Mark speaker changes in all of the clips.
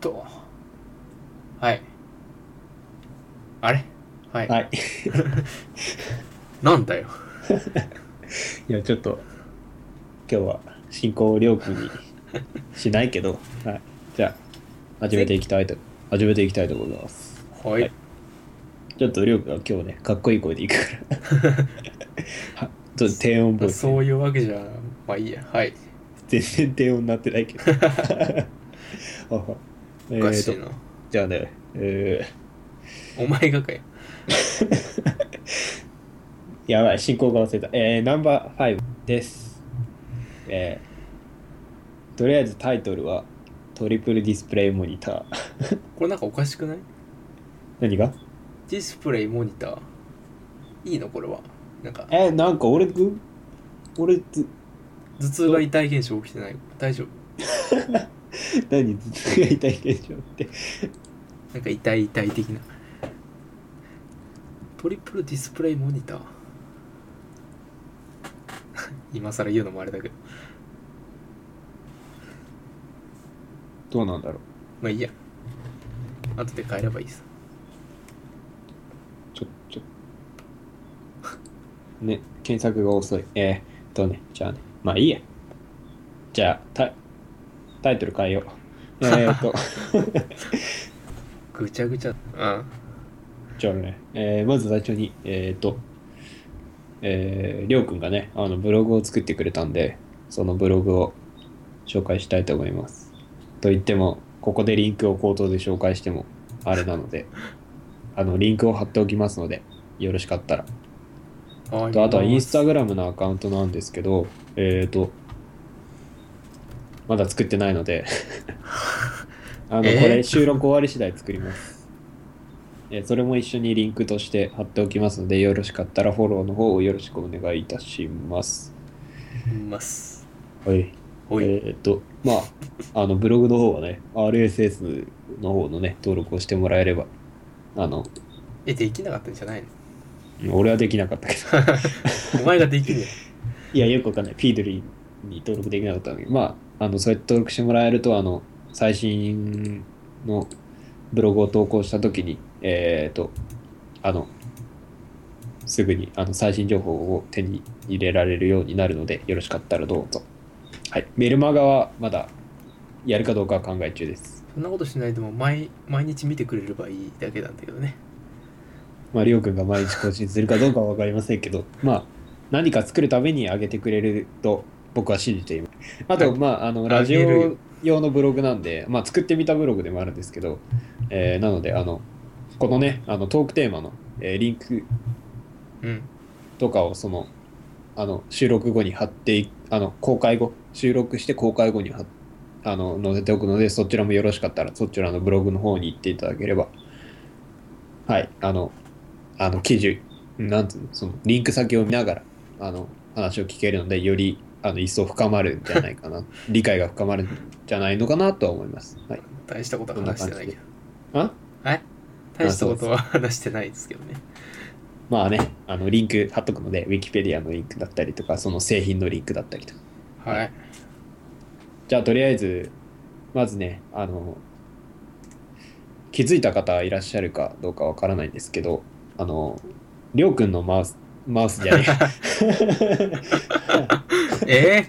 Speaker 1: と。はい。あれはい。
Speaker 2: はい。
Speaker 1: なんだよ。
Speaker 2: いや、ちょっと、今日は進行を料金にしないけ ど、はい。じゃあ、始めていきたいと、始めていきたいと思います。
Speaker 1: はい。
Speaker 2: はいちょっと料金は今日ね、かっこいい声でいく から。はちょっと低音ボイス、
Speaker 1: そういうわけじゃ、まあいいや。はい。
Speaker 2: 全然低音になってないけ ど。あえ
Speaker 1: おかしい
Speaker 2: ーと、
Speaker 1: な。
Speaker 2: じゃあね、え
Speaker 1: お前がかよ。
Speaker 2: ー、やばい、進行が忘れた。えー、ナンバーファイブです。えー、とりあえずタイトルは、トリプルディスプレイモニター。
Speaker 1: これなんかおかしくない
Speaker 2: 何が
Speaker 1: ディスプレイ、モニター。いいのこれは。なんか、
Speaker 2: えなんか俺ぐ俺ず
Speaker 1: 頭痛が痛い現象起きてない。大丈夫。
Speaker 2: 何頭痛が痛い現象って
Speaker 1: なんか痛い痛い的な。トリプルディスプレイモニター。 今更言うのもあれだけど。
Speaker 2: どうなんだろう
Speaker 1: まあいいや。後で変えればいいさ。
Speaker 2: ちょちょね検索が遅いえー、っとねじゃあねまあいいやじゃあタイタイトル変えようえー、っと
Speaker 1: ぐちゃぐちゃ。うん。
Speaker 2: じゃあね、えーまず最初にえー、っとえー、りょうくんがねあのブログを作ってくれたんでそのブログを紹介したいと思いますと言ってもここでリンクを口頭で紹介してもあれなのであのリンクを貼っておきますのでよろしかったら
Speaker 1: あ
Speaker 2: とあとはインスタグラムのアカウントなんですけどえっ、ー、とまだ作ってないのであのこ
Speaker 1: えー
Speaker 2: れ収録終わり次第作ります、えーそれも一緒にリンクとして貼っておきますのでよろしかったらフォローの方をよろしくお願いいたします
Speaker 1: ます。
Speaker 2: はい
Speaker 1: おい。
Speaker 2: えーっと、まあ、あの、ブログの方はね、RSS の方のね、登録をしてもらえれば、あの、
Speaker 1: え、できなかったんじゃないの
Speaker 2: 俺はできなかったけど、
Speaker 1: お前ができるよ。
Speaker 2: いや、よくわかんない。ピードリーに登録できなかったんだけど、まあ、あの、そうやって登録してもらえると、あの、最新のブログを投稿したときに、えーっと、あの、すぐにあの最新情報を手に入れられるようになるので、よろしかったらどうぞ。はい。メルマガはまだやるかどうかは考え中です。
Speaker 1: そんなことしないでも毎、毎日見てくれればいいだけなんだけどね。
Speaker 2: まあ、りょうくんが毎日更新するかどうかは分かりませんけど、まあ、何か作るために上げてくれると僕は信じています。あと、
Speaker 1: はい
Speaker 2: まあ、あの、
Speaker 1: あ
Speaker 2: ラジ
Speaker 1: 上げるよ
Speaker 2: オ用のブログなんで、まあ、作ってみたブログでもあるんですけど、えーなので、あの、このね、あの、トークテーマの、えーリンク
Speaker 1: うん。
Speaker 2: とかを、その、あの、収録後に貼ってい、あの、公開後、収録して公開後に貼っあの、載せておくので、そちらもよろしかったら、そちらのブログの方に行っていただければ、はい、あの、あの、記事、なんつうの、その、リンク先を見ながら、あの、話を聞けるので、より、あの、一層深まるんじゃないかな、理解が深まるんじゃないのかなとは思います。はい。
Speaker 1: 大したことは話してないけど。
Speaker 2: あ
Speaker 1: はい大したことは話してないですけどね。
Speaker 2: まあね、あの、リンク貼っとくので、ウィキペディアのリンクだったりとか、その製品のリンクだったりとか、
Speaker 1: はい。
Speaker 2: じゃあとりあえずまずねあの気づいた方いらっしゃるかどうかわからないんですけどあのりょうくんのマウスマウスじゃない
Speaker 1: え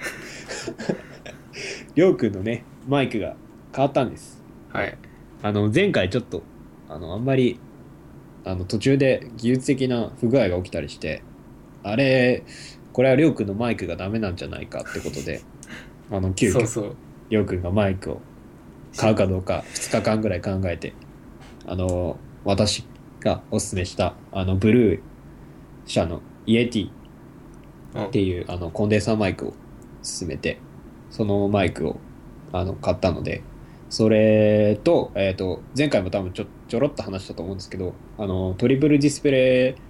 Speaker 2: りょうくんのねマイクが変わったんです
Speaker 1: ー、はい。
Speaker 2: あの前回ちょっとあのあんまりあの途中で技術的な不具合が起きたりしてあれこれはりょうくんのマイクがダメなんじゃないかってことであの急
Speaker 1: そう
Speaker 2: 遽
Speaker 1: そう。
Speaker 2: りょうくんがマイクを買うかどうか2日間ぐらい考えてあの私がおすすめしたあのブルー社のイエティ
Speaker 1: うん
Speaker 2: っていうあのコンデンサーマイクを勧めてそのマイクをあの買ったのでそれと,、えー、と前回も多分ちょちょろっと話したと思うんですけどあのトリプルディスプレイ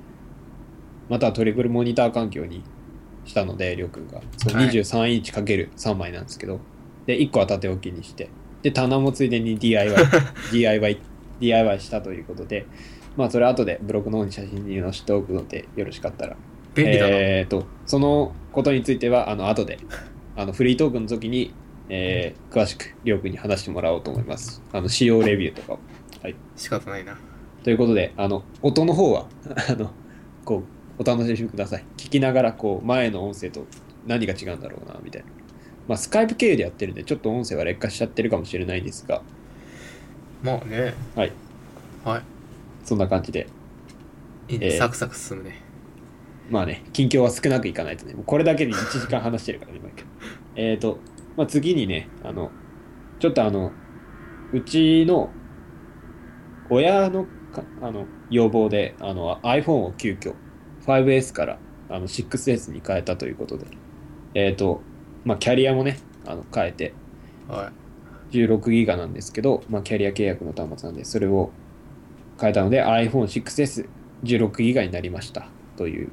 Speaker 2: またはトリプルモニター環境にしたのでりょうくんがその
Speaker 1: はい
Speaker 2: 23インチ ×3 枚なんですけど、で1個は縦置きにしてで棚もついでに DIY DIY DIY したということでまあそれ後でブログの方に写真に載せておくのでよろしかったら
Speaker 1: 便利だな。
Speaker 2: えーとそのことについてはあの後であのフリートークの時にえー詳しくりょうくんに話してもらおうと思います。あの、使用レビューとかを。
Speaker 1: 仕方ないな。
Speaker 2: ということで、あの、音の方は、 あの、こう、お楽しみください。聞きながら、こう、前の音声と何が違うんだろうな、みたいな。まあ、スカイプ経由でやってるんで、ちょっと音声は劣化しちゃってるかもしれないんですが、
Speaker 1: まあね。
Speaker 2: はい。
Speaker 1: は
Speaker 2: そんな感じで。
Speaker 1: い。いい
Speaker 2: え
Speaker 1: ね。
Speaker 2: ー
Speaker 1: サクサク進むね。
Speaker 2: まあね、近況は少なくいかないとね、もうこれだけで1時間話してるからね、毎回えーと、まあ、次にね、あの、ちょっとあの、うちの親のかあの要望であの iPhone を急遽 5S からあの 6S に変えたということで、えーと、まあ、キャリアもね、あの変えて、
Speaker 1: は
Speaker 2: 16ギガなんですけど、まあ、キャリア契約の端末なんで、それを変えたので iPhone6S16 ギガになりましたという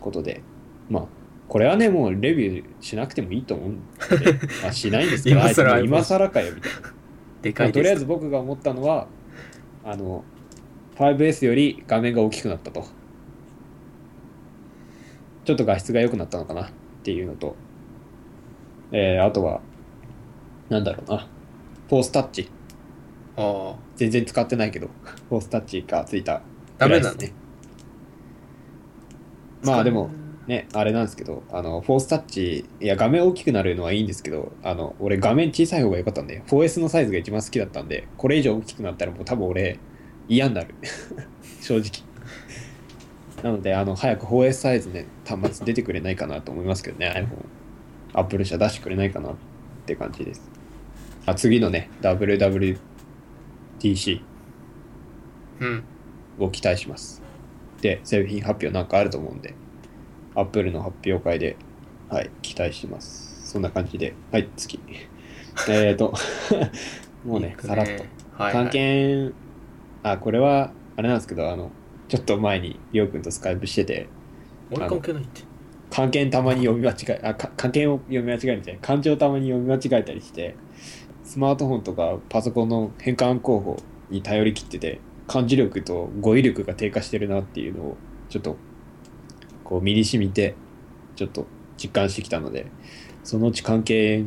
Speaker 2: ことで、まあ、これはね、もうレビューしなくてもいいと思うんで、まあ、しないんですけ ど、
Speaker 1: 今更
Speaker 2: あいつも今更かよみたいな。
Speaker 1: い。で
Speaker 2: ま
Speaker 1: か
Speaker 2: あ
Speaker 1: い
Speaker 2: とりあえ
Speaker 1: です。
Speaker 2: ず僕が思ったのは、あの、5S より画面が大きくなったと。ちょっと画質が良くなったのかなっていうのと、えー、あとは、なんだろうな、フォースタッチ。
Speaker 1: ああ。
Speaker 2: 全然使ってないけど、フォースタッチがついた
Speaker 1: ダ
Speaker 2: ぐ
Speaker 1: メ
Speaker 2: らいで
Speaker 1: な
Speaker 2: す
Speaker 1: の
Speaker 2: ね。まあでも、ね、あれなんですけど、あの、フォースタッチ、いや、画面大きくなるのはいいんですけど、あの、俺、画面小さい方が良かったんで、4S のサイズが一番好きだったんで、これ以上大きくなったらもう多分俺、嫌になる。 正直。なので、あの、早く 4S サイズね、端末出てくれないかなと思いますけどね、iPhone。Apple 社出してくれないかなって感じです。あ次のね、WWDC
Speaker 1: うん。
Speaker 2: を期待します。で、製品発表なんかあると思うんで、アップルの発表会で、はい、期待してます。そんな感じで、はい、次。 えーと、 もうね
Speaker 1: い、く
Speaker 2: さらっと。。
Speaker 1: はい、はい。
Speaker 2: 探検、あ、これは、あれなんですけど、あの、ちょっと前に、りょうくんとスカイプしてて、
Speaker 1: 俺関係ないって。
Speaker 2: 関係たまに読み間違え、あ、か関係を読み間違えるんじゃない、漢字をたまに読み間違えたりして、スマートフォンとかパソコンの変換候補に頼り切ってて、漢字力と語彙力が低下してるなっていうのを、ちょっと、こう身に染みて、ちょっと実感してきたので、そのうち関係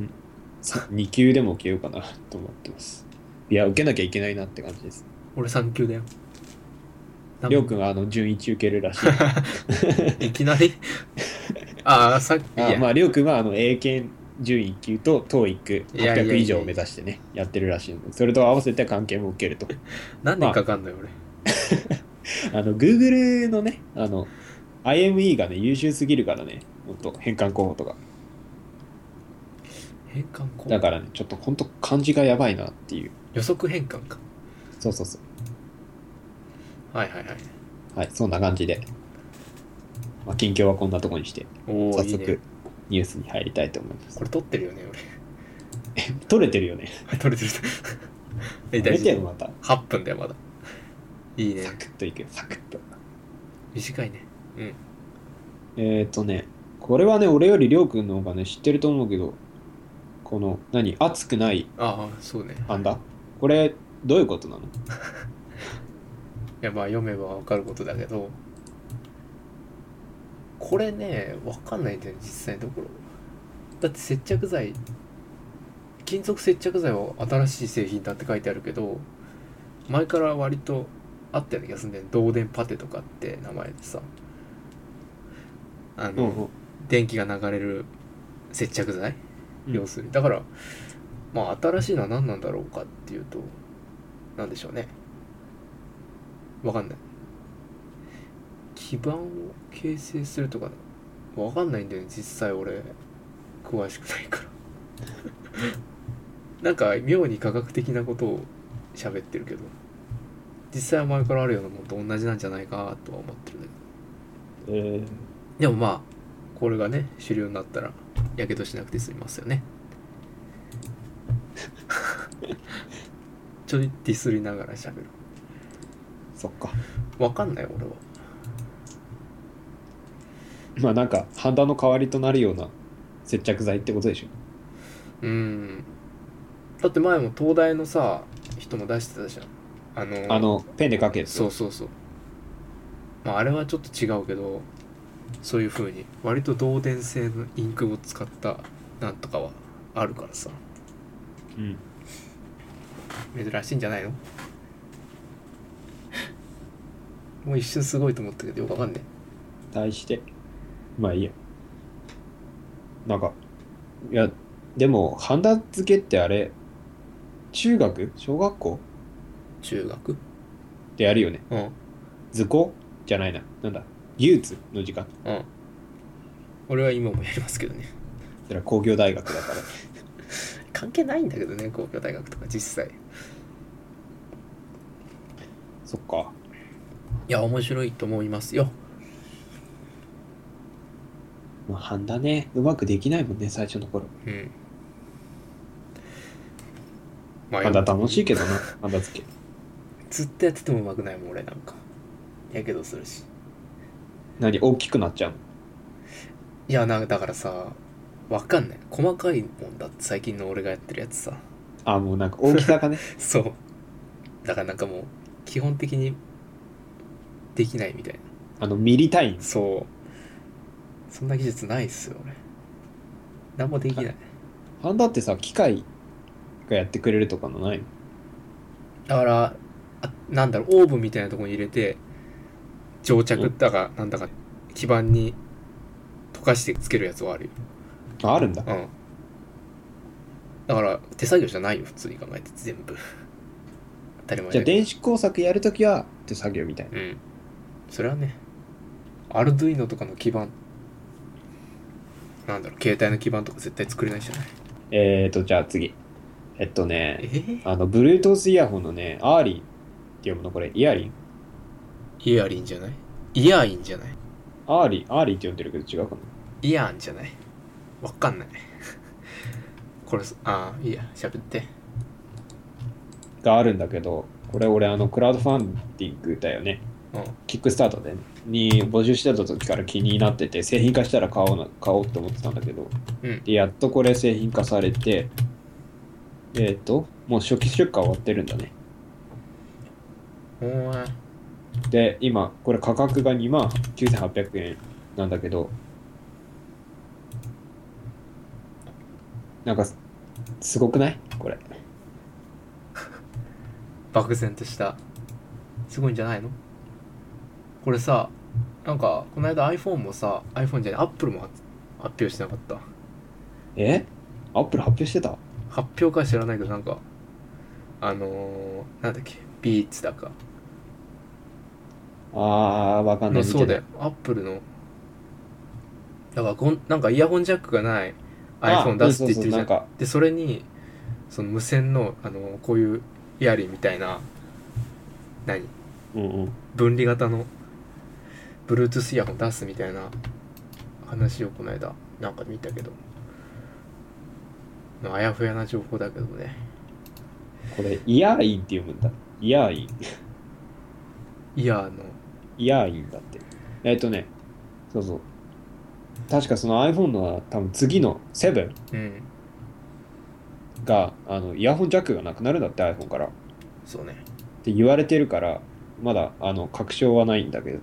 Speaker 2: 2級でも受けようかなと思ってます。いや、受けなきゃいけないなって感じです。
Speaker 1: 俺3級だよ。
Speaker 2: りょうくんはあの、準一受けるらしい。
Speaker 1: いきなりああ、さっき。い
Speaker 2: あ
Speaker 1: や
Speaker 2: まあ、りょうくんはあの英検準1級と TOEIC
Speaker 1: いやいやいや
Speaker 2: 800以上を目指してね、やってるらしいので、それと合わせて関係も受けると。
Speaker 1: 何年かかんのよ、俺。
Speaker 2: あの、Google のね、あの、IME がね、優秀すぎるからね、ほんと、変換候補とか。
Speaker 1: 変換項
Speaker 2: だからね、ちょっとほんと漢字がやばいなっていう。
Speaker 1: 予測変換か。
Speaker 2: そうそうそう。
Speaker 1: はいはいはい。
Speaker 2: はい、そんな感じで。まあ、近況はこんなとこにして、
Speaker 1: おお、
Speaker 2: 早
Speaker 1: いいね
Speaker 2: 速。ニュースに入りたいと思います。
Speaker 1: これ撮ってるよね、
Speaker 2: 取れてるよね。
Speaker 1: 俺。 撮れてる。え、
Speaker 2: 取
Speaker 1: 大
Speaker 2: れて
Speaker 1: 丈
Speaker 2: る
Speaker 1: 夫。
Speaker 2: また。
Speaker 1: 8分だよ、まだ。いいね
Speaker 2: サ。クッといくよ、サクッと。
Speaker 1: 短いね。うん。
Speaker 2: えー、っとね、これはね、俺よりりょうくんの方がね、知ってると思うけど、この、何、熱くない
Speaker 1: ああ、そうね。
Speaker 2: パンダこれ、どういうことなの
Speaker 1: いや、まあ、読めばわかることだけど、これね、わかんないんだよね、実際のところ。だって接着剤、金属接着剤は新しい製品だって書いてあるけど、前から割とあったような気がするんだよね。導電パテとかって名前でさ。あの、電気が流れる接着剤
Speaker 2: うん
Speaker 1: 要するにだからまあ新しいのは何なんだろうかっていうと何でしょうねわかんない基盤を形成するとかわかんないんだよね実際俺詳しくない からなんか妙に科学的なことを喋ってるけど実際は前からあるようなものと同じなんじゃないかとは思ってるんだけど
Speaker 2: えー、
Speaker 1: でもまあこれがね主流になったらやけどしなくて済みますよね ちょいディスりながら喋る
Speaker 2: そっか。
Speaker 1: わかんない俺は
Speaker 2: まあなんか、ハンダの代わりとなるような接着剤ってことでしょ。
Speaker 1: うーんだって前も東大のさ人も出してたじゃんあの
Speaker 2: あの、ペンで書けるやつ
Speaker 1: そうそうそうまああれはちょっと違うけどそういう風に割と導電性のインクを使ったなんとかはあるからさ
Speaker 2: うん。
Speaker 1: 珍しいんじゃないの もう一瞬すごいと思ったけどよくわかんね
Speaker 2: 対して。まあいいや。なんか、いや、でも、ハンダ付けってあれ、中学小学校
Speaker 1: え中学
Speaker 2: でやるよね。
Speaker 1: うん
Speaker 2: 図工じゃないな。なんだ。技術の時間。だか
Speaker 1: うん俺は今もやりますけどね
Speaker 2: ら工業大学だから。
Speaker 1: 関係ないんだけどね工業大学とか実際
Speaker 2: そっか。
Speaker 1: いや面白いと思いますよ
Speaker 2: まあ、ハンダね、うまくできないもんね、最初の頃。
Speaker 1: うんま
Speaker 2: ハンダ楽しいけどな、ハンダ付け。
Speaker 1: ずっとやってても上手くないもん俺なんかやけどするし
Speaker 2: 何大きくなっちゃうの
Speaker 1: いやなんかだからさわかんない細かいもんだって最近の俺がやってるやつさ
Speaker 2: あ、もうなんか大きさがね。
Speaker 1: そうだからなんかもう基本的にできないみたいな
Speaker 2: あの、ミリ単位。
Speaker 1: そうそんな技術ないっすよ俺何もできない
Speaker 2: ハンダってさ、機械がやってくれるとかのないの
Speaker 1: だからあなんだろうオーブンみたいなところに入れて蒸着だかなんだか基板に溶かしてつけるやつはあるよ
Speaker 2: ああるんだ。
Speaker 1: うんだから手作業じゃないよ普通に考えて全部 当たり前
Speaker 2: じゃあ
Speaker 1: だけど
Speaker 2: 電子工作やるときは手作業みたいな。
Speaker 1: うんそれはねアルドゥイノとかの基板なんだろう携帯の基板とか絶対作れないじゃない
Speaker 2: えーと、じゃあ次。えっと
Speaker 1: え
Speaker 2: ね、
Speaker 1: ー
Speaker 2: あの、Bluetooth イヤホンのね、アーリンって読むのこれ、イヤリン
Speaker 1: イヤリンじゃないイヤインじゃない
Speaker 2: アーリン、アーリンって読んでるけど違うかな
Speaker 1: イヤーンじゃないわかんない これああいいや喋って
Speaker 2: があるんだけど、これ俺、あの、クラウドファンディングだよね。
Speaker 1: うん
Speaker 2: キックスタートで、に募集してた時から気になってて、製品化したら買おうな、買おうって思ってたんだけど、
Speaker 1: うん
Speaker 2: で、やっとこれ製品化されて、えっ、と、もう初期出荷終わってるんだね。
Speaker 1: お前
Speaker 2: で、今、これ価格が2万9800円なんだけど、なんかす、すごくないこれ。
Speaker 1: 漠然としたすごいんじゃないのこれさなんかこの間 iPhone もさ iPhone じゃない Apple も発発表してなかった
Speaker 2: えアップル発表してた
Speaker 1: 発表か知らないけどなんかあのー、なんだっけビーツだか
Speaker 2: あー、わかんな
Speaker 1: の
Speaker 2: い。
Speaker 1: そうだ
Speaker 2: だ
Speaker 1: よ Apple のだからこんなんかイヤホンジャックがない iPhone 出すって言ってるじゃん
Speaker 2: なんか、
Speaker 1: でそれにその無線のあのこういうイヤリンみたいな何
Speaker 2: うんうん。
Speaker 1: 分離型の Bluetooth イヤホン出すみたいな話をこの間なんか見たけどあやふやな情報だけどね
Speaker 2: これ、イヤーインって読むんだ。イヤーイン。
Speaker 1: イヤーの
Speaker 2: イヤーインだって。えっ、とね、そうそう。確かその iPhone のは多分次の7
Speaker 1: うん
Speaker 2: が、あの、イヤホンジャックがなくなるんだって iPhone から。
Speaker 1: そうね
Speaker 2: って言われてるからまだあの確証はないんだけど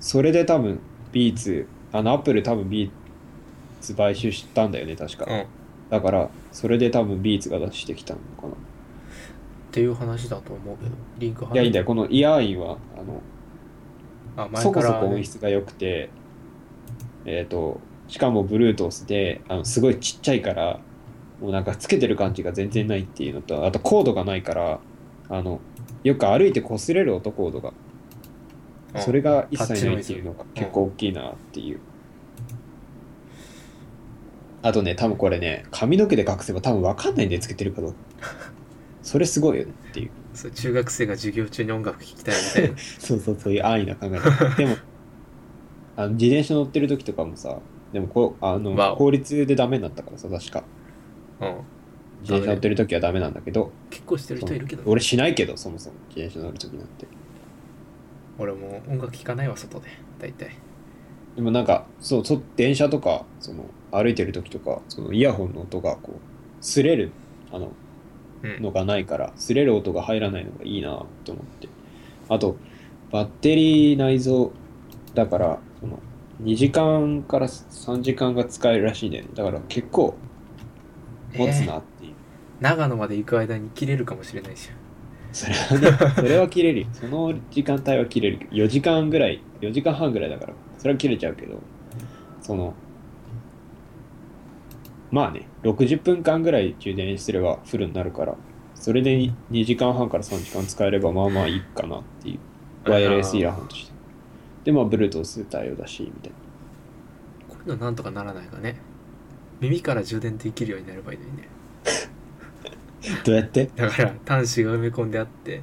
Speaker 2: それで多分ビーツあのアップル多分ビーツ買収したんだよね確か、
Speaker 1: うんっ
Speaker 2: だからそれで多分ビーツが出してきたのかな
Speaker 1: ていう話だと思うけどリンク貼
Speaker 2: いやいいんだよこのイヤーインはあの
Speaker 1: あ
Speaker 2: そ
Speaker 1: 前
Speaker 2: こ
Speaker 1: か
Speaker 2: そ
Speaker 1: ら
Speaker 2: こ音質が良くてえっ、としかも Bluetooth であのすごいちっちゃいからもうなんかつけてる感じが全然ないっていうのとあとコードがないからあのよく歩いて擦れる音コードが
Speaker 1: うん
Speaker 2: それが一切ないっていうのが結構大きいなっていう。あとね、多分これね、髪の毛で隠せば多分分かんないんでつけてるかどうか。それすごいよねっていう。
Speaker 1: そう中学生が授業中に音楽聴きたいみたいな
Speaker 2: そうそう、そういう安易な考え方。でも、 あの自転車乗ってる時とかもさ、でもこうあの、
Speaker 1: わお
Speaker 2: 法律でダメになったからさ、確か。
Speaker 1: うん
Speaker 2: 自転車乗ってる時はダメなんだけど、
Speaker 1: 結構してる人いるけど、ね、
Speaker 2: 俺しないけど、そもそも自転車乗る時なんて。
Speaker 1: 俺も音楽聴かないわ外で大体
Speaker 2: でもなんかそうそ電車とかその歩いてる時とかそのイヤホンの音がこう擦れるあの
Speaker 1: うん
Speaker 2: のがないから擦れる音が入らないのがいいなと思ってあとバッテリー内蔵だからその2時間から3時間が使えるらしいんだよねだから結構持つなっていう、
Speaker 1: 長野まで行く間に切れるかもしれないし
Speaker 2: それはね、それは切れるよ。その時間帯は切れるけど、4時間ぐらい、4時間半ぐらいだから、それは切れちゃうけど、その、まあね、60分間ぐらい充電すればフルになるから、それで2時間半から3時間使えれば、まあまあいいかなっていう、ワイヤレスイヤホンとして。で、まあ、Bluetooth 対応だし、みたいな。
Speaker 1: こういうのなんとかならないかね耳から充電できるようになればいいのにね
Speaker 2: どうやって
Speaker 1: だから端子が埋め込んであって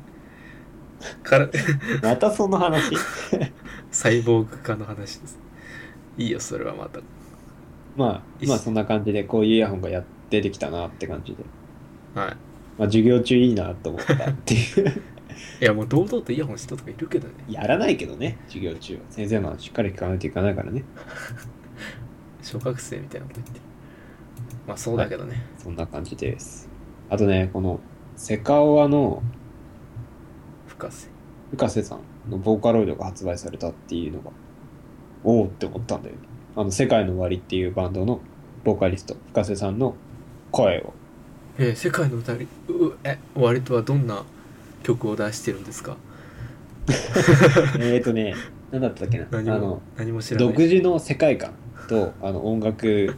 Speaker 1: から
Speaker 2: またその 話
Speaker 1: サイボーグ化の話ですいいよそれはまた
Speaker 2: まあ、まあそんな感じで、こういうイヤホンがやってできたなって感じで。
Speaker 1: はい
Speaker 2: まあ、授業中いいなと思ったっていう。
Speaker 1: いやもう堂々とイヤホンしたとかいるけどね
Speaker 2: やらないけどね、授業中は。先生の話しっかり聞かないといかないからね。
Speaker 1: 小学生みたいなこと言ってまあそうだけどね、
Speaker 2: そんな感じです。あとね、この、セカオワの
Speaker 1: 深瀬
Speaker 2: 深瀬さんのボーカロイドが発売されたっていうのが、おおって思ったんだよね。あの、世界の終わりっていうバンドのボーカリスト、深瀬さんの声を。
Speaker 1: えー世界の歌いりうえ割とはどんな曲を出してるんですか
Speaker 2: えーとね、なんだったっけな。あ
Speaker 1: 何も
Speaker 2: の、
Speaker 1: 何も知らない
Speaker 2: 独自の世界観と、あの、音楽、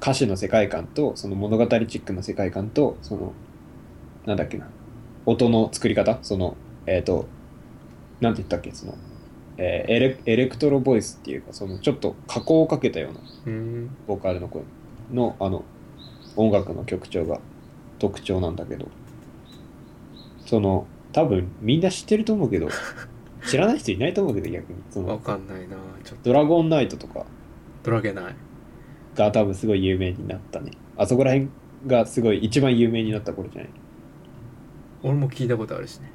Speaker 2: 歌詞の世界観と、その物語チックの世界観と、その、なんだっけな、音の作り方その、えっ、と、なんて言ったっけ、その、えーエレエレクトロボイスっていうか、その、ちょっと加工をかけたような
Speaker 1: うーん
Speaker 2: ボーカルの声の、あの、音楽の曲調が特徴なんだけど、その、多分みんな知ってると思うけど、知らない人いないと思うけど、逆に。そ
Speaker 1: わ
Speaker 2: の、
Speaker 1: かんないなちょっと
Speaker 2: ドラゴンナイトとか、
Speaker 1: ドラゲない
Speaker 2: が多分すごい有名になったね。あそこら辺がすごい一番有名になった頃じゃない。
Speaker 1: 俺も聞いたことあるしね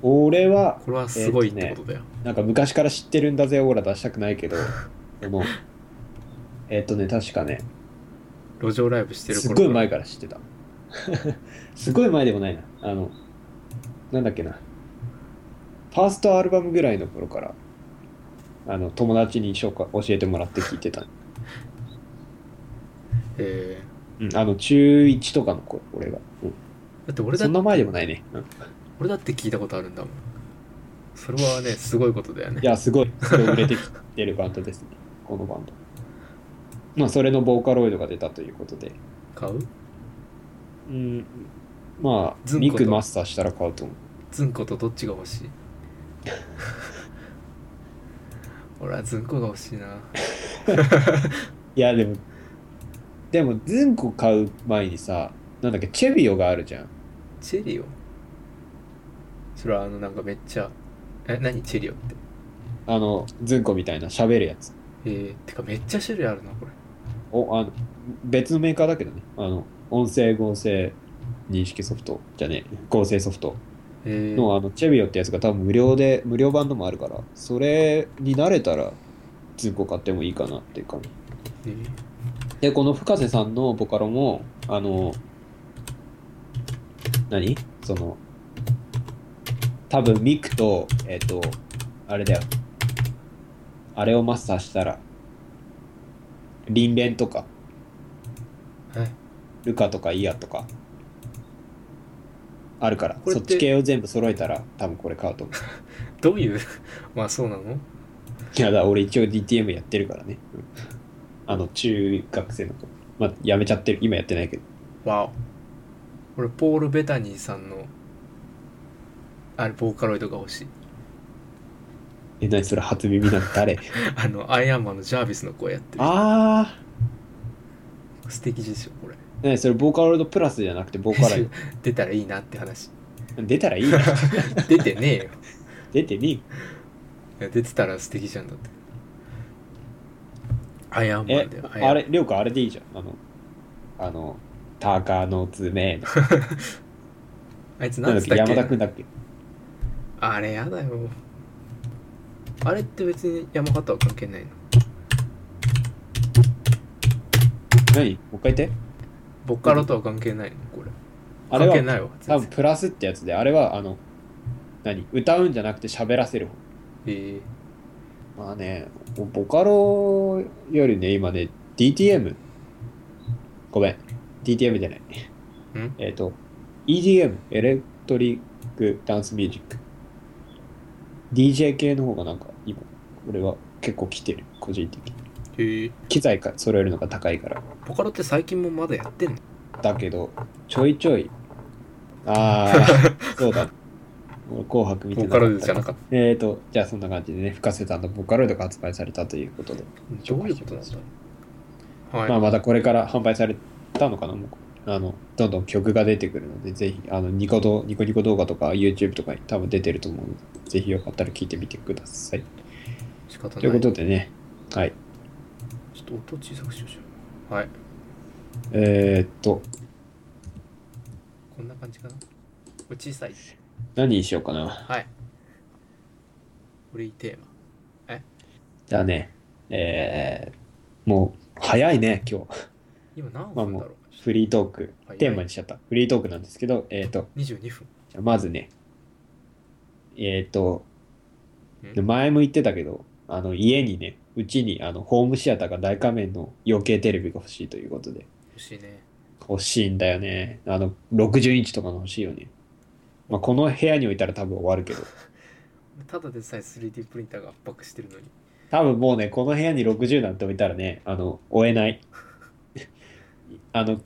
Speaker 2: 俺は、
Speaker 1: これはすごいってことだよ、
Speaker 2: なんか昔から知ってるんだぜ、オーラ出したくな いけど、その、えっとね、確かね、
Speaker 1: 路上ライブしてる
Speaker 2: すっごい前
Speaker 1: か
Speaker 2: から知ってた。 すごい前でもないな。あの、なんだっけな。ファーストアルバムぐらいの頃から、あの、友達に紹介、教えてもらって聞いてた。
Speaker 1: え
Speaker 2: うん、あの、中1とかの頃、俺が。うん
Speaker 1: ーだって俺だ
Speaker 2: そ
Speaker 1: っ
Speaker 2: ん
Speaker 1: て
Speaker 2: な前でもないね。うん
Speaker 1: 俺だって聞いたことあるんだもんそれはねすごいことだよね
Speaker 2: いや、すごい、すごい売れてきてるバン ドですね、このバンド。まあ、それのボーカロイドが出たということで、
Speaker 1: 買う
Speaker 2: うん、まあ、
Speaker 1: ズンコ
Speaker 2: ミ
Speaker 1: と
Speaker 2: クマスターしたら買うと思う。
Speaker 1: ズンコとどっちが欲 しい俺はズンコが欲しいない
Speaker 2: や、でも、でも、ズンコ買う前にさ、なんだっけ、チェビオがあるじゃん。
Speaker 1: チェリオそれはあのなんかめっちゃえ何チェリオって
Speaker 2: あの、ズンコみたいな喋るやつ。
Speaker 1: えー、てかめっちゃ種類あるなこれ
Speaker 2: お、あの、別のメーカーだけどね、あの、音声合成認識ソフトじゃねえ、合成ソフト
Speaker 1: えー、
Speaker 2: のあのチェビオってやつが多分無料で無料版のもあるからそれに慣れたらズンコ買ってもいいかなっていう感じ
Speaker 1: えー
Speaker 2: でこの深瀬さんのボカロもあの何その多分ミクとえっ、とあれだよあれをマスターしたらリンレンとか
Speaker 1: はい
Speaker 2: ルカとかイヤとかあるから
Speaker 1: これ
Speaker 2: そ
Speaker 1: っ
Speaker 2: ってち系を全部揃えたら多分これ買うと思う
Speaker 1: どういう まあそうなの
Speaker 2: いやだ、俺一応 DTM やってるからね。うんあの、中学生の頃。まあ、やめちゃってる。今やってないけど。
Speaker 1: わお俺ポール・ベタニーさんのあれボーカロイドが欲しい
Speaker 2: え、何それ初耳なの 誰
Speaker 1: あのアイアンマンのジャービスの声やってる
Speaker 2: あ
Speaker 1: 素敵でしょこれ
Speaker 2: ー。何それボーカロイドプラスじゃなくてボーカロイ
Speaker 1: 出たらいいなって話
Speaker 2: ド。出たらいいな。
Speaker 1: 出てねえよ
Speaker 2: 出てみ。
Speaker 1: いや出てたら素敵じゃんだってアイアン マ
Speaker 2: え
Speaker 1: ンだよ、アイアン
Speaker 2: あれ、りょうかあれでいいじゃん。あの、あの、タカの爪の。
Speaker 1: あいつ
Speaker 2: な
Speaker 1: 何
Speaker 2: んだ
Speaker 1: だった
Speaker 2: っけ
Speaker 1: っ
Speaker 2: 山
Speaker 1: け
Speaker 2: 田くんだっけ
Speaker 1: あれやだよあれって別に山形は関係ないの
Speaker 2: 何もう一回言って。
Speaker 1: ボカロとは関係ないのこれ
Speaker 2: あれ
Speaker 1: 関係
Speaker 2: は、
Speaker 1: ないわ
Speaker 2: 多
Speaker 1: 全
Speaker 2: 分
Speaker 1: 然
Speaker 2: プラスってやつで、あれは、あの、何歌うんじゃなくて喋らせる方。
Speaker 1: え
Speaker 2: まあね、ボカロよりね、今ね、DTM。ごめん。DTM じゃない。
Speaker 1: うん
Speaker 2: えっ、と、EDM、エレクトリックダンスミュージック。DJ 系の方がなんか今、俺は結構来てる、個人的に。
Speaker 1: へえ
Speaker 2: 機材か揃えるのが高いから。
Speaker 1: ボカロって最近もまだやってんの
Speaker 2: だけど、ちょいちょい、ああ、そうだ。俺紅白見て
Speaker 1: ボ
Speaker 2: なか
Speaker 1: カ
Speaker 2: った
Speaker 1: ロじゃなかっ
Speaker 2: えーと、じゃあそんな感じでね、深瀬さんのボカロイドが発売されたということで、
Speaker 1: たどういうことなんだろうはい、
Speaker 2: まあまたこれから販売されたのかな、もうあのどんどん曲が出てくるので、ぜひあのニコ動ニコニコ動画とか YouTube とかに多分出てると思うので、ぜひよかったら聞いてみてください。
Speaker 1: 仕方ない
Speaker 2: ということでね、はい。
Speaker 1: ちょっと音小さくしようしようはい
Speaker 2: えー、っと、
Speaker 1: こんな感じかなこれ小さい
Speaker 2: 何にしようかな。
Speaker 1: はいこれいいテーマ
Speaker 2: じゃあね、えー、もう早いね、今日。
Speaker 1: 今何分だろう、
Speaker 2: フリートーク
Speaker 1: はい、
Speaker 2: テーマにしちゃった。フリートークなんですけど、えー、っと、
Speaker 1: 22分
Speaker 2: じゃあまずね、えっ、と
Speaker 1: ん、
Speaker 2: で前も言ってたけど、あの家にね、うちにあのホームシアターが大画面の余計テレビが欲しいということで、
Speaker 1: 欲しいね
Speaker 2: 欲しいんだよね。あの、60インチとかの欲しいよね。まあ、この部屋に置いたら多分終わるけど、
Speaker 1: ただでさえ 3D プリンターが圧迫してるのに
Speaker 2: 多分もうね、この部屋に60なんて置いたらね、あの、追えない。 あの、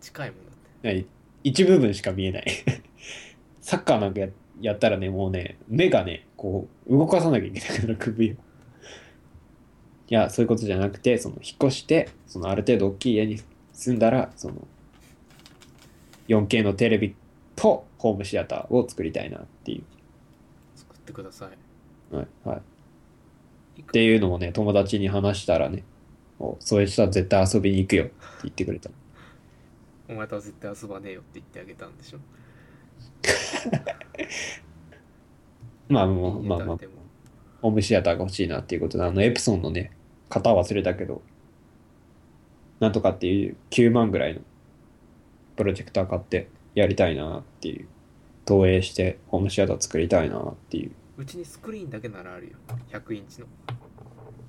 Speaker 1: 近いもんだって
Speaker 2: 何一部分しか見えない サッカーなんかややったらねもうね目がねこう動かさなきゃいけなくなる首をいやそういうことじゃなくてその引っ越してそのある程度大きい家に住んだらその 4K のテレビとホームシアターを作りたいなってい、
Speaker 1: 作ってくださいう
Speaker 2: はいはい、っ
Speaker 1: いく
Speaker 2: ていうのをね友達に話したらねおそういう人は絶対遊びに行くよって言ってくれた
Speaker 1: お前とは絶対遊ばねえよって言ってあげたんでしょ
Speaker 2: まあもう
Speaker 1: 家
Speaker 2: まあま
Speaker 1: 建
Speaker 2: あ
Speaker 1: ても
Speaker 2: ホームシアターが欲しいなっていうことで、あの、エプソンのね、型は忘れたけど、なんとかっていう9万ぐらいのプロジェクター買ってやりたいなっていう、投影してホームシアター作りたいなっていう。いう
Speaker 1: ちにスクリーンだけならあるよ100インチの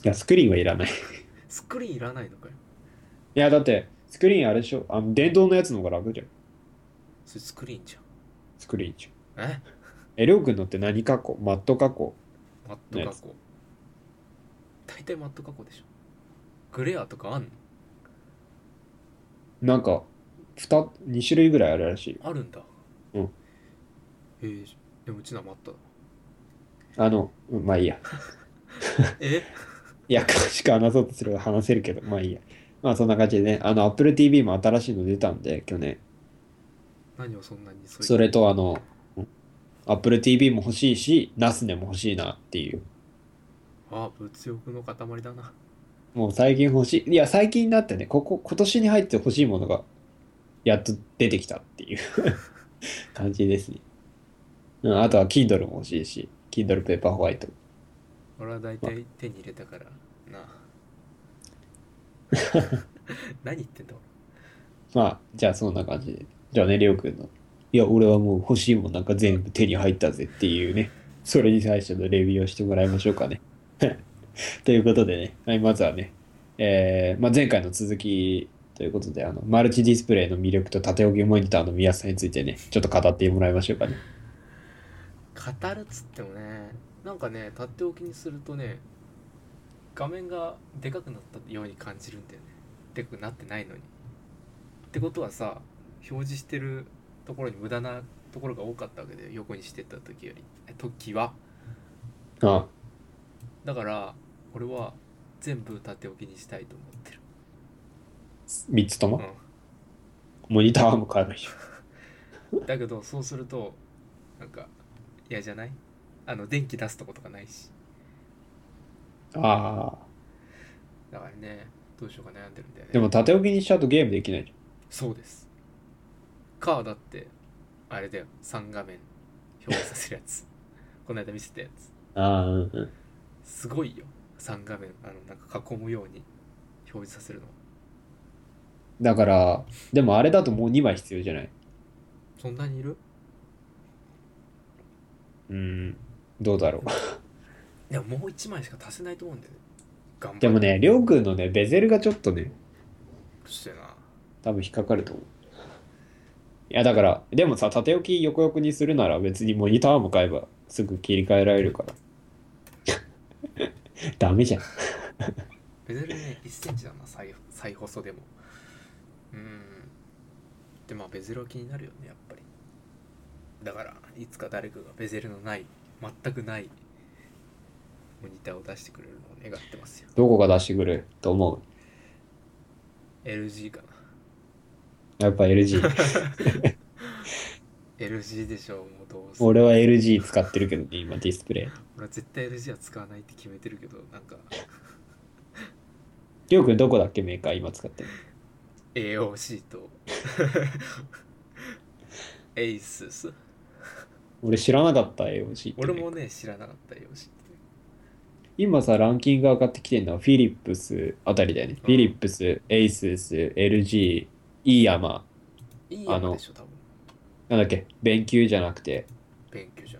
Speaker 2: や、スクリーンはいらない。い
Speaker 1: スクリーンいらないのかよ
Speaker 2: や、だって、スクリーンあれでしょあの、電動のやつの方が楽じゃん。
Speaker 1: それスクリーンじ
Speaker 2: スクリーンじゃん。
Speaker 1: ゃんえ
Speaker 2: え、りょうくんのって何加工マット加工
Speaker 1: マット加工大体マット加工でしょグレアとかあんの
Speaker 2: なんか、2、2種類ぐらいあるらしいよ。
Speaker 1: あるんだ
Speaker 2: うん
Speaker 1: えー、でもうちのはマットだ
Speaker 2: あの、うんまあいいや。
Speaker 1: え
Speaker 2: いや、詳しく話そうとすれば話せるけど、まあいいや。まあそんな感じでね、あの、Apple TV も新しいの出たんで、去年。
Speaker 1: 何をそんなにそ
Speaker 2: それと、あの、うん Apple TV も欲しいし、ナスネも欲しいなっていう。
Speaker 1: あ物欲の塊だな
Speaker 2: もう最近欲しい。いや、最近になってね、ここ、今年に入って欲しいものが、やっと出てきたっていう 感じですね。うん、あとは Kindle も欲しいし、Kindle ペーパーホワイト。
Speaker 1: 俺は大体手に入れたから な何言ってんだ
Speaker 2: まあ、じゃあそんな感じで。じゃあね、りょうくんの。いや、俺はもう欲しいもんなんか全部手に入ったぜっていうね。それに対してのレビューをしてもらいましょうかね。 ということでね、はい、まずはね、えーまあ、前回の続きということで、あの、マルチディスプレイの魅力と縦置きモニターの見やすさについてね、ちょっと語ってもらいましょうかね。
Speaker 1: 俺語るっつってもねなんかね立っておきにするとね画面がでかくなったように感じるんだよねでかくなってないのにってことはさ表示してるところに無駄なところが多かったわけで横にしてた時よりえ時は
Speaker 2: あ
Speaker 1: だから俺は全部縦置きにしたいと思ってる、
Speaker 2: 3つとも、
Speaker 1: うん、
Speaker 2: モニターはもう買わないでしょ。
Speaker 1: だけどそうするとなんか嫌じゃないあの電気出すとことかないし
Speaker 2: ああ。
Speaker 1: だからねどうしようか悩んでるんだよね
Speaker 2: でも縦置きにしちゃうとゲームできないじ
Speaker 1: そうですかだってあれだよ3画面表示させるやつ この間見せたや
Speaker 2: ゃん。ああ、うんうん。
Speaker 1: つすごいよ3画面あのなんか囲むように表示させるの
Speaker 2: だから、でもあれだともう2枚必要じゃない
Speaker 1: そんなにいる
Speaker 2: うーん、どうだろう。
Speaker 1: いやもう1枚しか足せないと思うんだよね頑張って
Speaker 2: でもね、りょうくんのね、ベゼルがちょっとね、
Speaker 1: してな
Speaker 2: 多分引っかかると思う。いやだから、でもさ、縦置き横横にするなら別にモニターも買えばすぐ切り替えられるから。 ダメじゃん。
Speaker 1: ベゼルね1センチだな最最細でもうーんでまあベゼルは気になるよねやっぱりだからいつか誰かがベゼルのない全くないモニターを出してくれるのを願ってますよ
Speaker 2: どこが出してくれると思
Speaker 1: LG かな
Speaker 2: う。やっぱ LG。
Speaker 1: LG でしょうもうどうせ
Speaker 2: 俺は LG 使ってるけどね、今ディスプレイ。
Speaker 1: 俺は絶対 LG は使わないって決めてるけどなんか
Speaker 2: りょうくんどこだっけメーカー今使ってる。
Speaker 1: AOC と ASUS
Speaker 2: 俺知らなかった、AOC ってメーカー。
Speaker 1: 俺もね知らなかった AOC って
Speaker 2: 今さ、ランキングが上がってきてるのは、フィリップスあたりだよね。フィリップス、エイスス、LG、イーヤマ、
Speaker 1: いい
Speaker 2: あ
Speaker 1: や
Speaker 2: の
Speaker 1: つでしょ多分
Speaker 2: なんだっけ、勉強じゃなくて、
Speaker 1: 勉強じゃ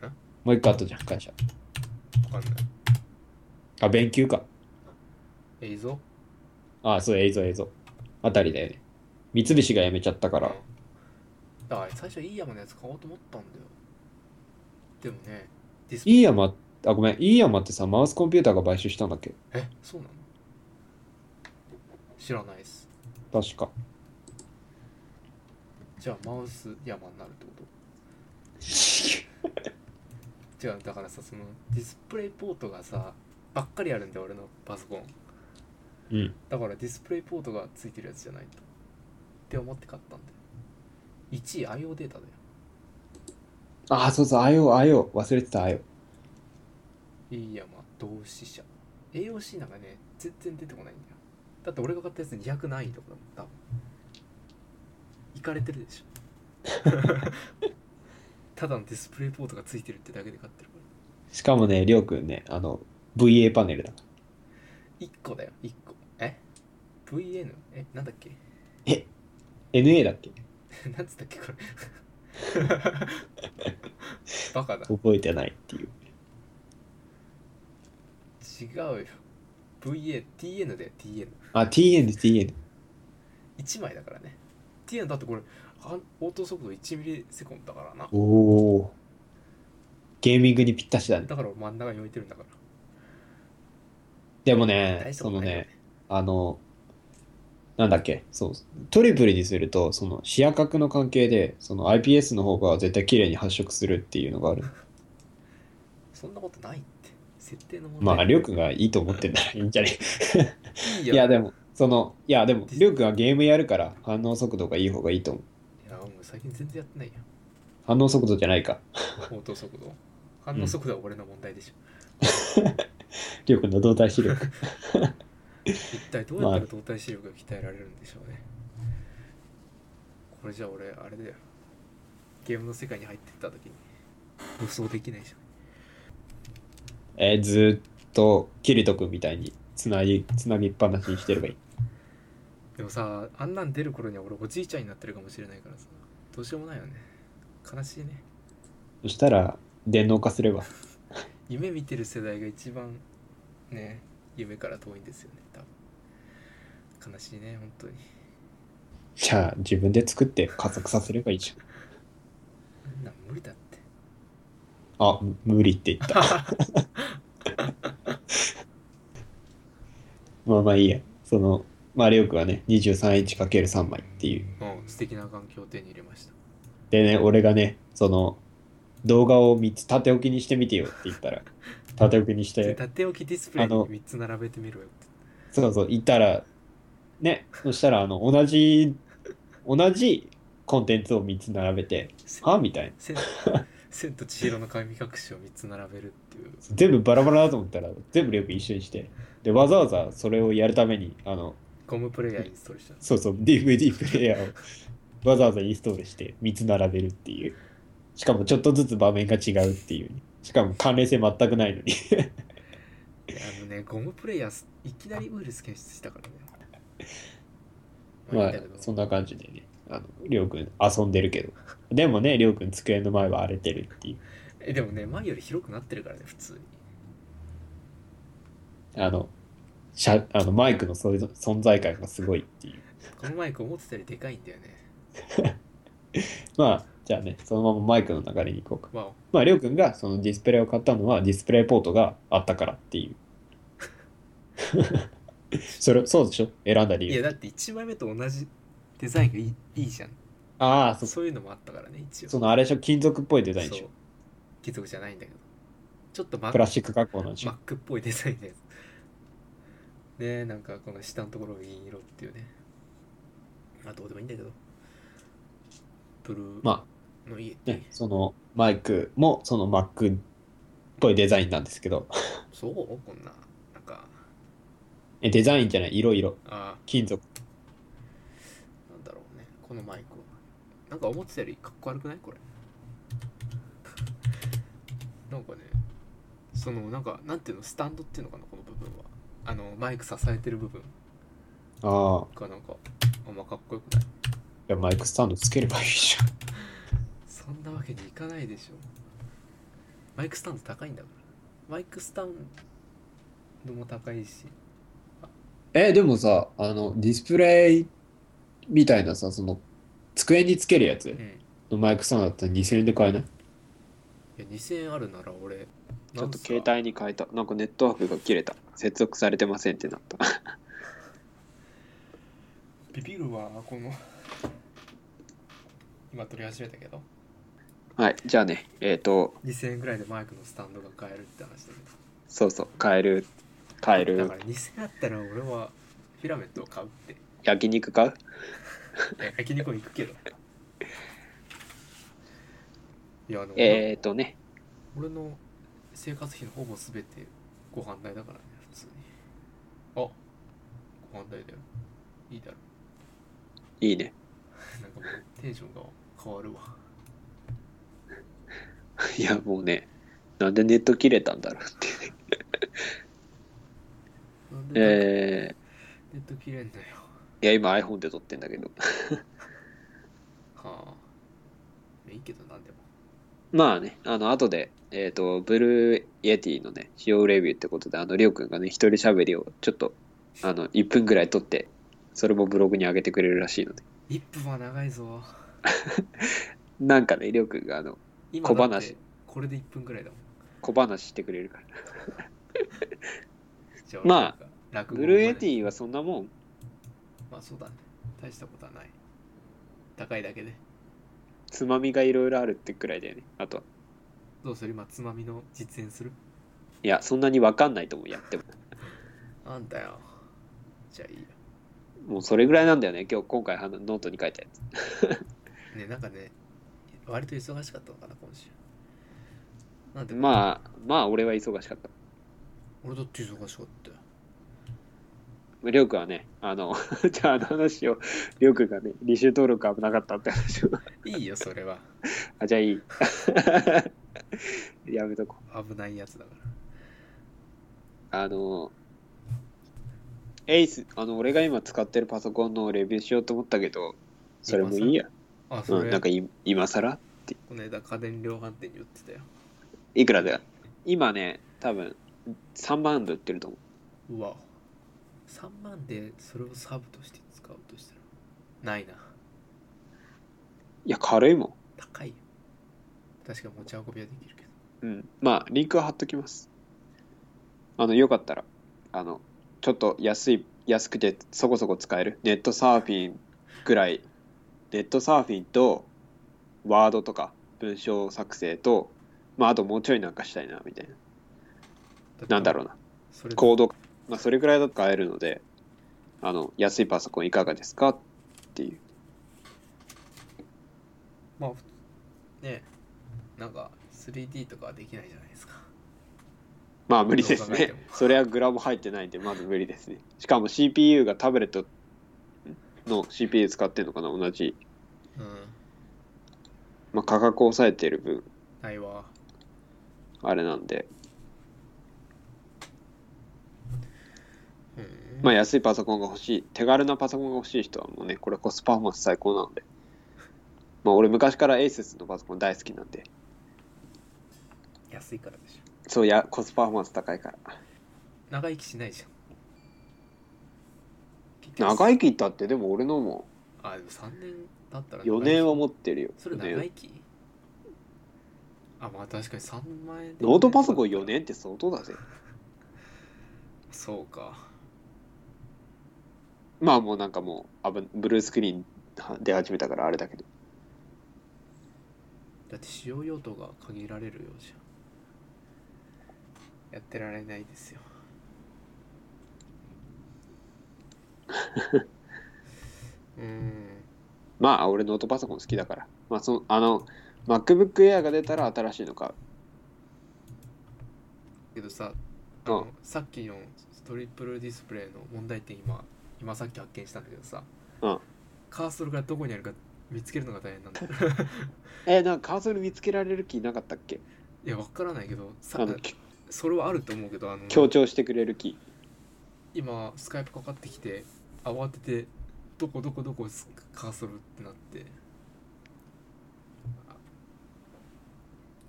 Speaker 1: ない
Speaker 2: もう一個あったじゃん、会社。
Speaker 1: わかんない
Speaker 2: あ、勉強か。
Speaker 1: 映像
Speaker 2: あ、そう、映像、映像。あたりだよね。三菱が辞めちゃったから。
Speaker 1: だから最初いい山のやつ買おうと思ったんだよでもねディス
Speaker 2: イーヤマ、あ、ごめん、イーヤマってさ、マウスコンピューターが買収したんだっけ
Speaker 1: えそうなの知らないっす
Speaker 2: 確か。
Speaker 1: じゃあマウス山になるって こと違うだからさそのディスプレイポートがさばっかりあるんだよ俺のパソコン
Speaker 2: うん。
Speaker 1: だからディスプレイポートがついてるやつじゃないとって思って買ったんだよ1位 IO データだよ
Speaker 2: あ、そうそう、IO、IO、忘れてた、IO。
Speaker 1: いいやまあ同志社 AOC なんかね全然出てこないんだよだって俺が買ったやつ200何位とかだもん多分いかれてるでしょただのディスプレイポートがついてるってだけで買ってるから
Speaker 2: しかもね、りょうくんね、あの、VA パネルだ。
Speaker 1: 1個だよ1個え ?VN? えなんだっけ
Speaker 2: NA だっけ
Speaker 1: なんつったっけこれバカだ
Speaker 2: 覚えてないっていう。
Speaker 1: 違うよ VATN だよ TN
Speaker 2: あ、TN、TN。
Speaker 1: 1枚だからね TN だってこれあ応答速度1ミリセコンドだからな
Speaker 2: おお。ゲーミングにぴったしだね。
Speaker 1: だから真ん中に置いてるんだから。
Speaker 2: でもね、
Speaker 1: 大した
Speaker 2: そ
Speaker 1: こと
Speaker 2: の
Speaker 1: ないよ
Speaker 2: ね、あの、なんだっけ、そう、トリプルにすると、その視野角の関係で、その IPS の方が絶対綺麗に発色するっていうのが ある。
Speaker 1: そんなことないって。設定の問題。
Speaker 2: まあ、りょうくんがいいと思ってんならいいんじゃね
Speaker 1: いい
Speaker 2: い
Speaker 1: よ。
Speaker 2: や、
Speaker 1: い
Speaker 2: でも、その、いや、でも、りょうくんはゲームやるから反応速度がいい方がいいと思う。
Speaker 1: や、もう最近全然やってないよ。
Speaker 2: 反応速度じゃないか。
Speaker 1: 応答速度。反応速度は俺の問題でしょ。
Speaker 2: りょうくんの動体 視力。
Speaker 1: 一体どうやったら動体視力が鍛えられるんでしょうね。これじゃあ俺、あれだよ。ゲームの世界に入ってった時に、武装できないじゃん。
Speaker 2: えーずーっと、キリトくんみたいに、つなぎ、つなぎっぱなしにしてればいい。
Speaker 1: でもさ、あんなん出る頃には俺おじいちゃんになってるかもしれないからさ。どうしようもないよね。悲しいね。
Speaker 2: そしたら、電脳化すれば。
Speaker 1: 夢見てる世代が一番ね夢から遠いんですよね多分悲しいね本当に
Speaker 2: じゃあ自分で作って加速させればいいじゃん。
Speaker 1: あんなん無理だって
Speaker 2: あ、む無理って言った。まあまあいいや。その、まあ、りょうくんはね、23インチ ×3 枚っていう。
Speaker 1: もう素敵な環境を手に入れました
Speaker 2: でね、俺がね、その、動画を3つ縦置きにしてみてよって言ったら、縦置きにし
Speaker 1: で
Speaker 2: て、
Speaker 1: 縦置きディスプレイに
Speaker 2: あの
Speaker 1: 3つ並べてみろよって
Speaker 2: そうそう、言ったら、ね、そしたら、あの、同じ、同じコンテンツを3つ並べて、
Speaker 1: せ
Speaker 2: はみたいな。
Speaker 1: 千千と千尋の神隠しを3つ並べるっていう
Speaker 2: 全部バラバラだと思ったら、全部りょうくん一緒にして。で、わざわざそれをやるために、あの、
Speaker 1: ゴムプレイヤーインストール したの
Speaker 2: そうそう、DVD プレイヤーをわざわざインストールして3つ並べるっていう。しかもちょっとずつ場面が違うっていう。しかも関連性全くないのに。
Speaker 1: いやあのねゴムプレイヤーすいきなりウイルス検出したからね
Speaker 2: ま
Speaker 1: いい
Speaker 2: あ
Speaker 1: んだけど、
Speaker 2: そんな感じでね。あの、りょうくん遊んでるけど。でもね、りょうくん机の前は荒れてるっていう。
Speaker 1: えでもね前より広くなってるからね普通に
Speaker 2: あの、しゃあのマイクのそれぞ存在感がすごいっていう。
Speaker 1: このマイク思ってたよりでかいんだよね
Speaker 2: まあ、じゃあね、そのままマイクの流れに行こうか。
Speaker 1: まあ
Speaker 2: まあ、りょうくんがそのディスプレイを買ったのは、ディスプレイポートがあったからっていう。それ、そうでしょ選んだ理
Speaker 1: いや
Speaker 2: 由。
Speaker 1: だって1枚目と同じデザインがいいいいじゃん
Speaker 2: ああ、そ
Speaker 1: そういうのもあったからね一応
Speaker 2: そのあれでしょ金属っぽいデザインでし
Speaker 1: そ
Speaker 2: ょ
Speaker 1: う貴族じゃないんだけどちょっとマ
Speaker 2: プラスチック加工なんでし
Speaker 1: マ
Speaker 2: ょ
Speaker 1: ックっぽいデザインですねなんかこの下のところが銀色っていうねまあどうでもいいんだけどブルー
Speaker 2: ま
Speaker 1: の家っ
Speaker 2: あ、
Speaker 1: て、
Speaker 2: ね、そのマイクもその Mac っぽいデザインなんですけど、
Speaker 1: そうこんななんか
Speaker 2: えデザインじゃない、色々。
Speaker 1: あ
Speaker 2: 金属。
Speaker 1: ーなんだろうねこのマイクはなんか思ってたよりかっこ悪くないこれなんかねそのなんかなんていうのスタンドっていうのかなこの部分はあのマイク支えてる部分
Speaker 2: ああ、
Speaker 1: がなんかあんまかっこよくない
Speaker 2: いやマイクスタンドつければいいじゃん。
Speaker 1: そんなわけにいかないでしょマイクスタンド高いんだからマイクスタンドも高いし
Speaker 2: え、でもさ、あの、ディスプレイみたいなさ、その、机につけるやつ
Speaker 1: うん
Speaker 2: のマイクスタンドだったら2000円で買えない
Speaker 1: いや2000円あるなら俺
Speaker 2: ちょっと
Speaker 1: なん
Speaker 2: 携
Speaker 1: かさ
Speaker 2: 帯に変えた。なんかネットワークが切れた。接続されてませんってなった。
Speaker 1: ビビるわこの今撮り始めたけど
Speaker 2: はい、じゃあね、えっ、と、
Speaker 1: 2000円ぐらいでマイクのスタンドが買えるって話だけど
Speaker 2: そうそう、変える、変え
Speaker 1: だ
Speaker 2: る
Speaker 1: か、ら2000円あったら俺はフィラメントを買うってい
Speaker 2: 焼肉買う
Speaker 1: や焼肉も行くけどいやあの、
Speaker 2: えっ、とね、
Speaker 1: 俺の生活費のほぼ全てご飯代だからね普通にあご飯代だよいいだろ
Speaker 2: いいね。
Speaker 1: なんかもうテンションが変わるわ
Speaker 2: いや、もうね、なんでネット切れたんだろうっていうね。
Speaker 1: なんでなんか
Speaker 2: え
Speaker 1: ネット切れんだよ
Speaker 2: ー、いや、今 iPhone で撮ってんだけど。
Speaker 1: はあいいけどなんでも
Speaker 2: まあね、あの、後で、えっ、と、ブルーイエティのね、使用レビューってことで、あの、りょうくんがね、一人喋りをちょっと、あの、1分ぐらい撮って、それもブログに上げてくれるらしいので。
Speaker 1: 1分は長いぞ
Speaker 2: なんかね、りょうくんが、あの、
Speaker 1: 今
Speaker 2: 小話
Speaker 1: だってこれで1分ぐらいだもん
Speaker 2: 小話してくれるから。
Speaker 1: じゃ
Speaker 2: まあ
Speaker 1: あ楽
Speaker 2: ブルーエテ
Speaker 1: ィ
Speaker 2: ィはそんなもん。
Speaker 1: まあそうだね大したことはない高いだけで
Speaker 2: つまみがいろいろあるってくらいだよね。あとは。
Speaker 1: どうする今つまみの実演する
Speaker 2: いや、そんなにわかんないと思う、やっても。
Speaker 1: あんだよじゃあいいよ
Speaker 2: もうそれぐらいなんだよね。今日、今回、あのノートに書いたやつ。
Speaker 1: ねなんかね割と忙しかったのかな今週なんであ
Speaker 2: まあ、まあ、俺は忙しかった。
Speaker 1: 俺だって忙しかったよ
Speaker 2: りょうくんはね、あの、 じゃあ、あの話を、りょうくんがね、履修登録危なかったって話を。
Speaker 1: いいよそれは
Speaker 2: あ、じゃあい い。やめとこう。
Speaker 1: 危ないやつだか
Speaker 2: あの、エイス、あの、俺が今使ってるパソコンのレビューしようと思ったけど、それもいいや。
Speaker 1: らあそ
Speaker 2: うん、
Speaker 1: れ、
Speaker 2: なんかい今更
Speaker 1: この間家電量販店に売ってたよ
Speaker 2: いくらだよ今ね、多分3万で売ってると思う。
Speaker 1: うわ3万でそれをサブとして使うとしたらないない
Speaker 2: や、軽いも
Speaker 1: 高いよ確か持ち運びはできるけど
Speaker 2: ん。うん。まあ、リンクは貼っときます。あの、よかったら、あの、ちょっと安い、安くてそこそこ使える。ネットサーフィンぐらい、ネットサーフィンと、ワードとか、文章作成と、まあ、あともうちょいなんかしたいな、みたいな。
Speaker 1: って
Speaker 2: なんだろうな。
Speaker 1: それ
Speaker 2: コード、まあ、それぐらいだと買えるので、あの、安いパソコンいかがですかっていう。
Speaker 1: まあふねなんか 3D とかはできないじゃないですか
Speaker 2: まあ無理です
Speaker 1: どう考えて
Speaker 2: ね
Speaker 1: も。
Speaker 2: それはグラム入ってないんで、まず無理ですね。しかも CPU がタブレットの CPU 使ってるのかな、同じ。
Speaker 1: うん
Speaker 2: まあ価格を抑えてる分、
Speaker 1: ないわ
Speaker 2: あれなんで。
Speaker 1: うん
Speaker 2: まあ安いパソコンが欲しい、手軽なパソコンが欲しい人はもうね、これコスパフォーマンス最高なので。まあ俺昔から ASUS のパソコン大好きなんで、
Speaker 1: 安いからでしょ
Speaker 2: そうや、コスパフォーマンス高いから。
Speaker 1: 長生きしないじゃん結局
Speaker 2: 長生きったってでも俺のも、
Speaker 1: あでも3年経なったら
Speaker 2: 4年は持ってるよ。
Speaker 1: それ
Speaker 2: 四年
Speaker 1: 長生きあまあ確かに3万円で
Speaker 2: ノートパソコン4年って相当だぜ。
Speaker 1: そうか
Speaker 2: まあもうなんかもう、あぶブルースクリーン出始めたからあれだけど。
Speaker 1: だって使用用途が限られるようじゃんやってられないです ようーん
Speaker 2: まあ俺ノートパソコン好きだから。まあその、あの、MacBook Air が出たら新しいの買う。
Speaker 1: けどさあ
Speaker 2: うん
Speaker 1: のさっきのトリプルディスプレイの問題点今今さっき発見したんだけどさ、
Speaker 2: うん
Speaker 1: カーソルがどこにあるか見つけるのが大変なんだい
Speaker 2: えなんかカーソル見つけられる気なかったっけ
Speaker 1: や分から ないけどさ
Speaker 2: あの、き
Speaker 1: それはあると思うけどあの
Speaker 2: 強調してくれる気。
Speaker 1: 今スカイプかかってきて慌ててどこどこどこすカーソルってなってあ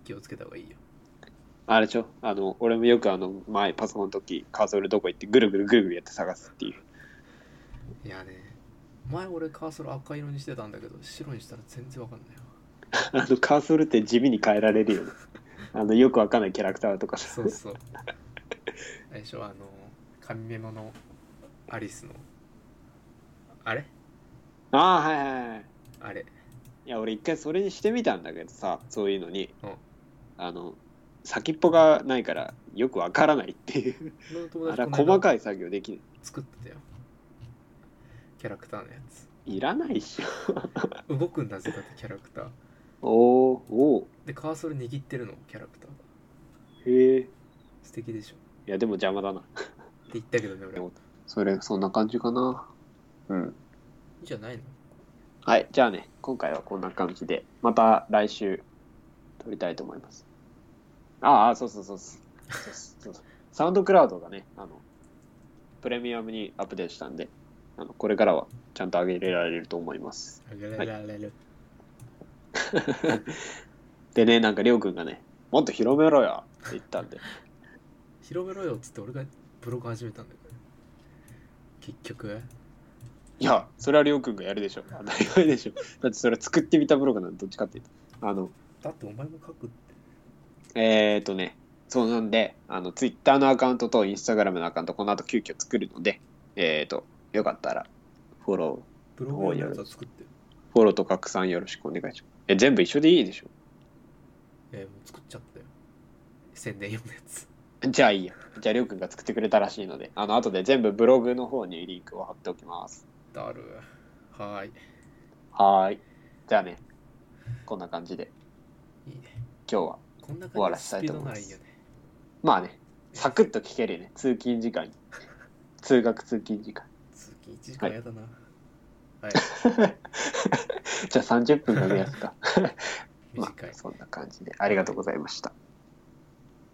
Speaker 1: 気をつけた方がいいよ
Speaker 2: あれでしょあの、俺もよくあの、前パソコンの時、カーソルどこ行ってぐるぐるぐるぐるやって探すっていう。
Speaker 1: いやね前俺カーソル赤色にしてたんだけど白にしたら全然わかんないわ
Speaker 2: あの、カーソルって地味に変えられるよね。あの、よくわかんないキャラクターとかさ。
Speaker 1: そう そう。最初はあの、神メモのアリスの、あれ
Speaker 2: ああ、はいはいはい。
Speaker 1: あれ。
Speaker 2: いや、俺一回それにしてみたんだけどさ、そういうのに。
Speaker 1: うん
Speaker 2: あの、先っぽがないから、よくわからないっていう。
Speaker 1: 俺の友
Speaker 2: あ
Speaker 1: 達
Speaker 2: ら、
Speaker 1: この間
Speaker 2: 細かい作業できない。
Speaker 1: 作ってたよ。キャラクターのやつ。
Speaker 2: いらないっし
Speaker 1: 動くんだぜ、だってキャラクター。
Speaker 2: ょ。 おー、おー。
Speaker 1: で、カーソル握ってるの、キャラクターが。
Speaker 2: へえ。い
Speaker 1: 素敵でしょ。
Speaker 2: や、でも邪魔だな。
Speaker 1: って言ったけどね、俺。
Speaker 2: で
Speaker 1: い
Speaker 2: もそれ、そんな感じかな。うん。
Speaker 1: いじゃないの
Speaker 2: はい、じゃあね、今回はこんな感じで、また来週撮りたいと思います。ああ、そうそうそうそうそうそうそう。サウンドクラウドがね、あの、プレミアムにアップデートしたんで、あのこれからはちゃんと上げられると思います。
Speaker 1: あげられる。
Speaker 2: でね、なんかりょうくんがね、もっと広めろよって言ったんで、
Speaker 1: 広めろよっつって俺がブログ始めたんだけど。結局、
Speaker 2: いや、それはりょうくんがやるでしょ。 当たり前でしょ。だってそれは作ってみたブログなんで、どっちかっていうと。あの、
Speaker 1: だってお前も書くって。
Speaker 2: えー、とね、そうなんで、あの、ツイッターのアカウントとインスタグラムのアカウント、この後急遽作るので、えー、と、よかったら、フォロ
Speaker 1: ブログのやつは作ってる。
Speaker 2: ー、フォローと拡散よろしくお願いします。え、全部一緒でいいでしょ
Speaker 1: えーもう作っちゃったよ。宣伝用のやつ。
Speaker 2: じゃあいいや。じゃあ、りょうくんが作ってくれたらしいので、あの、後で全部ブログの方にリンクを貼っておきます。
Speaker 1: だるはーい
Speaker 2: はーい。じゃあね、こんな感じで、
Speaker 1: いいね
Speaker 2: 今日は、
Speaker 1: こんな
Speaker 2: 終わ
Speaker 1: 感
Speaker 2: ら
Speaker 1: じ
Speaker 2: せた
Speaker 1: ス
Speaker 2: い
Speaker 1: ピ
Speaker 2: と
Speaker 1: ー
Speaker 2: 思
Speaker 1: ドな
Speaker 2: いま
Speaker 1: ら
Speaker 2: す
Speaker 1: いいよね
Speaker 2: まあね、サクッと聞けるよね。通勤時間に。通学通勤時間。
Speaker 1: 通勤1時間
Speaker 2: はい
Speaker 1: やだな はい、
Speaker 2: じゃあ30分かけますか。ま
Speaker 1: 短
Speaker 2: あ、
Speaker 1: い
Speaker 2: そんな感じで、ありがとうございました。